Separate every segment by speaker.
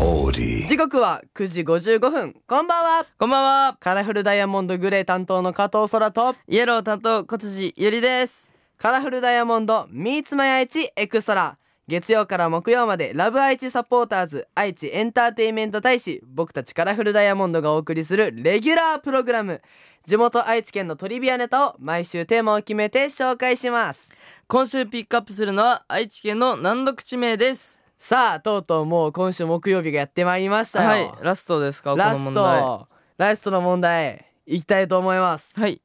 Speaker 1: オーディ
Speaker 2: 時刻は9時55分こんばんは
Speaker 3: こんばんは。
Speaker 2: カラフルダイヤモンドグレー担当の加藤空と
Speaker 3: イエロー担当小辻ゆりです。
Speaker 2: カラフルダイヤモンド Meets My 愛知エクストラ月曜から木曜までラブ愛知サポーターズ愛知エンターテインメント大使僕たちカラフルダイヤモンドがお送りするレギュラープログラム地元愛知県のトリビアネタを毎週テーマを決めて紹介します
Speaker 3: 今週ピックアップするのは愛知県の難読地名です。
Speaker 2: さあとうとうもう今週木曜日がやってまいりましたよ、
Speaker 3: はい、ラストですか。こ
Speaker 2: ラ
Speaker 3: の
Speaker 2: ス
Speaker 3: 問題。
Speaker 2: トラストの問題いきたいと思います
Speaker 3: はい。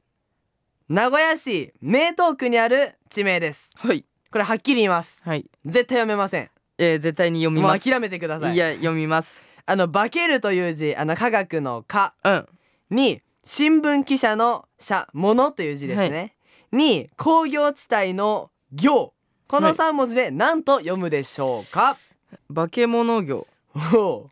Speaker 2: 名古屋市名東区にある地名です
Speaker 3: はい。
Speaker 2: これはっきり言います
Speaker 3: はい。
Speaker 2: 絶対読めません
Speaker 3: えー、絶対に読み
Speaker 2: も
Speaker 3: ま
Speaker 2: う
Speaker 3: す。
Speaker 2: 諦めてください
Speaker 3: いや、読みます。
Speaker 2: あの化けるという字あの科学の科
Speaker 3: うん。
Speaker 2: に新聞記者の社ものという字ですね、に工業地帯の行この
Speaker 3: はい
Speaker 2: 3文字で何と読むでしょうか、
Speaker 3: 化け物業。
Speaker 2: おう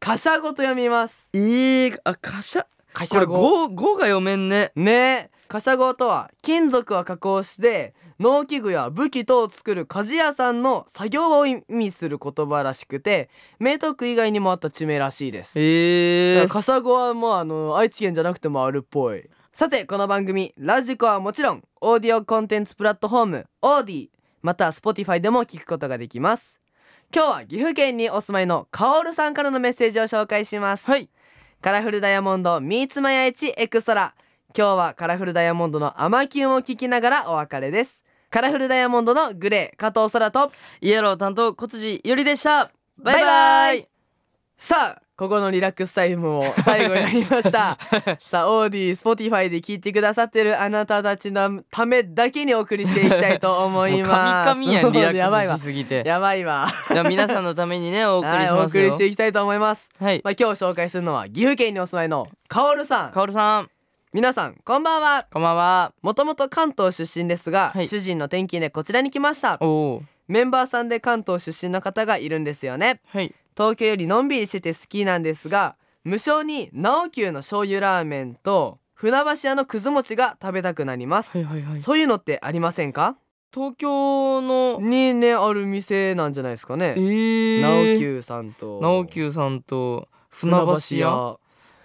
Speaker 2: かしゃごと読みます
Speaker 3: ええあ、かしゃ。
Speaker 2: かし
Speaker 3: こ
Speaker 2: ゃ
Speaker 3: れ、
Speaker 2: ご
Speaker 3: ご、ごが読めんね。
Speaker 2: ねえかしゃごとは金属は加工して農機具や武器等を作る鍛冶屋さんの作業を意味する言葉らしくて明徳区以外にもあった地名らしいです
Speaker 3: ええ
Speaker 2: カサゴはもうあの愛知県じゃなくてもあるっぽいさてこの番組ラジコはもちろんオーディオコンテンツプラットフォームオーディまたは Spotify でも聞くことができます今日は岐阜県にお住まいのカオルさんからのメッセージを紹介します
Speaker 3: はい。
Speaker 2: カラフルダイヤモンドミーツマヤイチエクストラ今日はカラフルダイヤモンドのアマキュンを聞きながらお別れですカラフルダイヤモンドのグレー加藤空と
Speaker 3: イエロー担当小辻ゆりでした。バイバ
Speaker 2: バイバイ
Speaker 3: イ
Speaker 2: さあここのリラックスタイムも最後になりました さあオーディスポティファイで聞いてくださってるあなたたちのためだけにお送りしていきたいと思い
Speaker 3: もう
Speaker 2: ます
Speaker 3: カミカミやん、リラ
Speaker 2: やばい
Speaker 3: ック
Speaker 2: わ
Speaker 3: スしすぎて。
Speaker 2: やばいわ
Speaker 3: じゃあ、皆さんのためにね、お送りし
Speaker 2: はいお
Speaker 3: ます
Speaker 2: 送り
Speaker 3: よ
Speaker 2: して。いきたいと思います
Speaker 3: はい。
Speaker 2: まあ今日紹介するのは岐阜県にお住まいのカオルさん
Speaker 3: かおるさん、
Speaker 2: 皆さんこんばんは
Speaker 3: こんばんは。
Speaker 2: もともと関東出身ですが、
Speaker 3: はい
Speaker 2: 主人の転勤でこちらに来ました
Speaker 3: おお。
Speaker 2: メンバーさんで関東出身の方がいるんですよね
Speaker 3: はい。
Speaker 2: 東京よりのんびりしてて好きなんですが無償に直久の醤油ラーメンと船橋屋のくず餅が食べたくなります、
Speaker 3: はいはいはい。
Speaker 2: そういうのってありませんか
Speaker 3: 東京の
Speaker 2: にねある店なんじゃないですか
Speaker 3: え
Speaker 2: ね
Speaker 3: ー、
Speaker 2: 直久さんと
Speaker 3: 直久さんと船
Speaker 2: 船
Speaker 3: 橋
Speaker 2: 橋
Speaker 3: 屋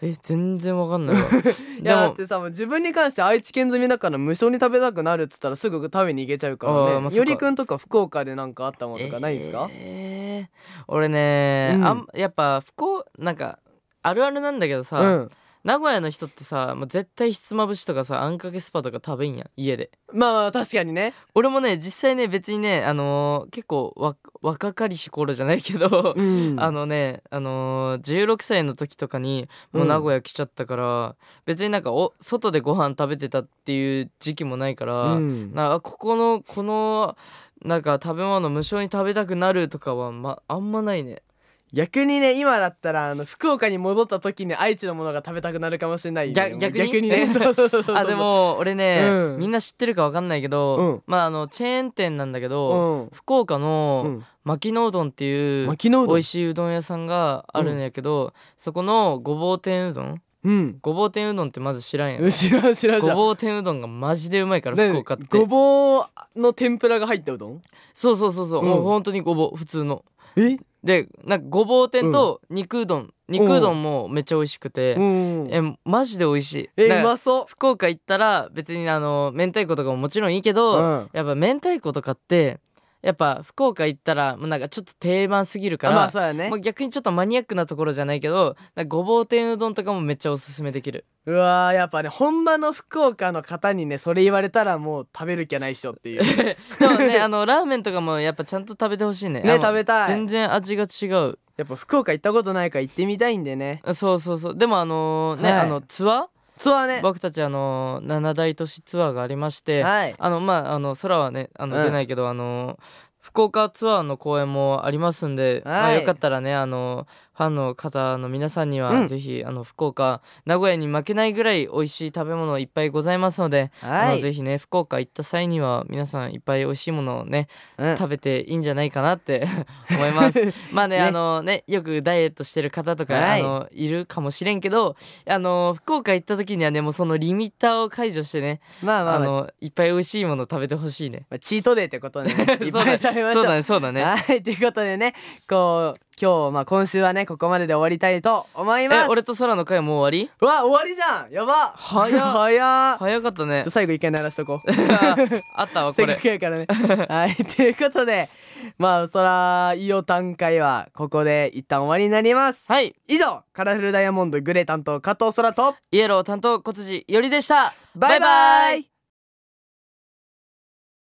Speaker 2: 屋
Speaker 3: え全然わかんないわ
Speaker 2: いやだっ
Speaker 3: でも
Speaker 2: てさもう自分に関して愛知県済みだから無償に食べたくなるっつったらすぐ食べに行けちゃうか
Speaker 3: あ
Speaker 2: ら
Speaker 3: ーま
Speaker 2: ね
Speaker 3: あそっか
Speaker 2: よりくんとか福岡でなんかあったものとかないですか、
Speaker 3: えー、俺ね、
Speaker 2: うん
Speaker 3: あんやっぱ不幸なんかあるあるなんだけどさ、
Speaker 2: うん
Speaker 3: 名古屋の人ってさもう絶対ひつまぶしとかさあんかけスパとか食べんやん家で
Speaker 2: まあまあ確かにね、
Speaker 3: 俺もね実際ね別にねあのー結構わ若かりし頃じゃないけど、あのねあのー、16歳の時とかにもう名古屋来ちゃったから、別になんかお外でご飯食べてたっていう時期もないから、
Speaker 2: うん
Speaker 3: なあここのこのなんか食べ物無償に食べたくなるとかは、まあんまないね
Speaker 2: 逆にね今だったらあの福岡に戻った時に愛知のものが食べたくなるかもしれないよね
Speaker 3: 逆逆に
Speaker 2: 逆にねそうそう そうそう
Speaker 3: あでも俺ね、
Speaker 2: うん
Speaker 3: みんな知ってるかわかんないけど、
Speaker 2: うん
Speaker 3: まああのチェーン店なんだけ
Speaker 2: う
Speaker 3: ど、
Speaker 2: ん
Speaker 3: 福岡
Speaker 2: う
Speaker 3: の
Speaker 2: ん
Speaker 3: 牧野うどんっていう
Speaker 2: 牧野う
Speaker 3: 美
Speaker 2: どん
Speaker 3: 味しいうどん屋さんがあるんやけど、そこのごぼう天うどん
Speaker 2: うん
Speaker 3: ごぼう天うどんってまず知らんやん
Speaker 2: うん知らん知らん知
Speaker 3: ご
Speaker 2: らん
Speaker 3: ぼう天うどんがマジでうまいから
Speaker 2: ね
Speaker 3: 福岡って
Speaker 2: ごぼうの天ぷらが入ったうどん
Speaker 3: そうそうそうそう、
Speaker 2: うん
Speaker 3: もう本当にごぼう普通の
Speaker 2: え
Speaker 3: でなんかごぼう天と肉うどん、肉うどんもめっちゃ美味しくて、
Speaker 2: うん
Speaker 3: えマジで美味しい
Speaker 2: え
Speaker 3: だか
Speaker 2: う
Speaker 3: ら
Speaker 2: まそ
Speaker 3: 福岡行ったら別にあの明太子とかももちろんいいけ
Speaker 2: う
Speaker 3: ど、
Speaker 2: うん
Speaker 3: やっぱ明太子とかってやっぱ福岡行ったらもうなんかちょっと定番すぎるか
Speaker 2: あ
Speaker 3: ら、
Speaker 2: まあそうやね
Speaker 3: もう逆にちょっとマニアックなところじゃないけどなんかごぼう天うどんとかもめっちゃおすすめで きる
Speaker 2: うわーやっぱね本場の福岡の方にねそれ言われたらもう食べる気はないっしょっていう ね
Speaker 3: でもねあのラーメンとかもやっぱちゃんと食べてほしいねあの
Speaker 2: 食べたい
Speaker 3: 全然味が違う
Speaker 2: やっぱ福岡行ったことないから行ってみたいんでね
Speaker 3: そうそうそうでもあのね、
Speaker 2: はい
Speaker 3: あのツア
Speaker 2: ツアー
Speaker 3: ー
Speaker 2: ね
Speaker 3: 僕たちあの七大都市ツアーがありまして、
Speaker 2: はい
Speaker 3: あのまああの空はねあの
Speaker 2: うん
Speaker 3: 出ないけど、あの福岡ツアーの公演もありますんで、ま
Speaker 2: は
Speaker 3: あ、
Speaker 2: い
Speaker 3: よかったらねあのファンの方の皆さんに
Speaker 2: うん
Speaker 3: はぜひ、あの福岡名古屋に負けないぐらい美味しい食べ物いっぱいございますので、あ
Speaker 2: は
Speaker 3: のぜ
Speaker 2: い
Speaker 3: ひね福岡行った際には皆さんいっぱい美味しいものをね
Speaker 2: うん
Speaker 3: 食べていいんじゃないかなって 思います。まあね
Speaker 2: ね
Speaker 3: あのねよくダイエットしてる方とか、
Speaker 2: はい
Speaker 3: い、あのいるかもしれんけどあの福岡行った時にはねもうそのリミッターを解除してね
Speaker 2: まあまあ
Speaker 3: あ
Speaker 2: まあ
Speaker 3: のいっぱい美味しいもの食べてほしいね。
Speaker 2: まあ、チートデーってことねいっ
Speaker 3: そう
Speaker 2: ぱ
Speaker 3: だ
Speaker 2: い食べましょう
Speaker 3: そうだねそうだね。
Speaker 2: はいということでねこう今日まあ今週はねここまでで終わりたいと思います
Speaker 3: え俺と空の会もう終わり
Speaker 2: うわ終わりじゃんやば
Speaker 3: 早っ
Speaker 2: 早っ
Speaker 3: 早かったね
Speaker 2: ちょ最後一回鳴らしとこう
Speaker 3: あったわ
Speaker 2: せ
Speaker 3: こ
Speaker 2: っか
Speaker 3: れ
Speaker 2: くやからねはいということでまあそらイオ短会はここで一旦終わりになります
Speaker 3: はい
Speaker 2: 以上カラフルダイヤモンドグレー担当加藤空と
Speaker 3: イエロー担当小辻よりでした
Speaker 2: バイバイ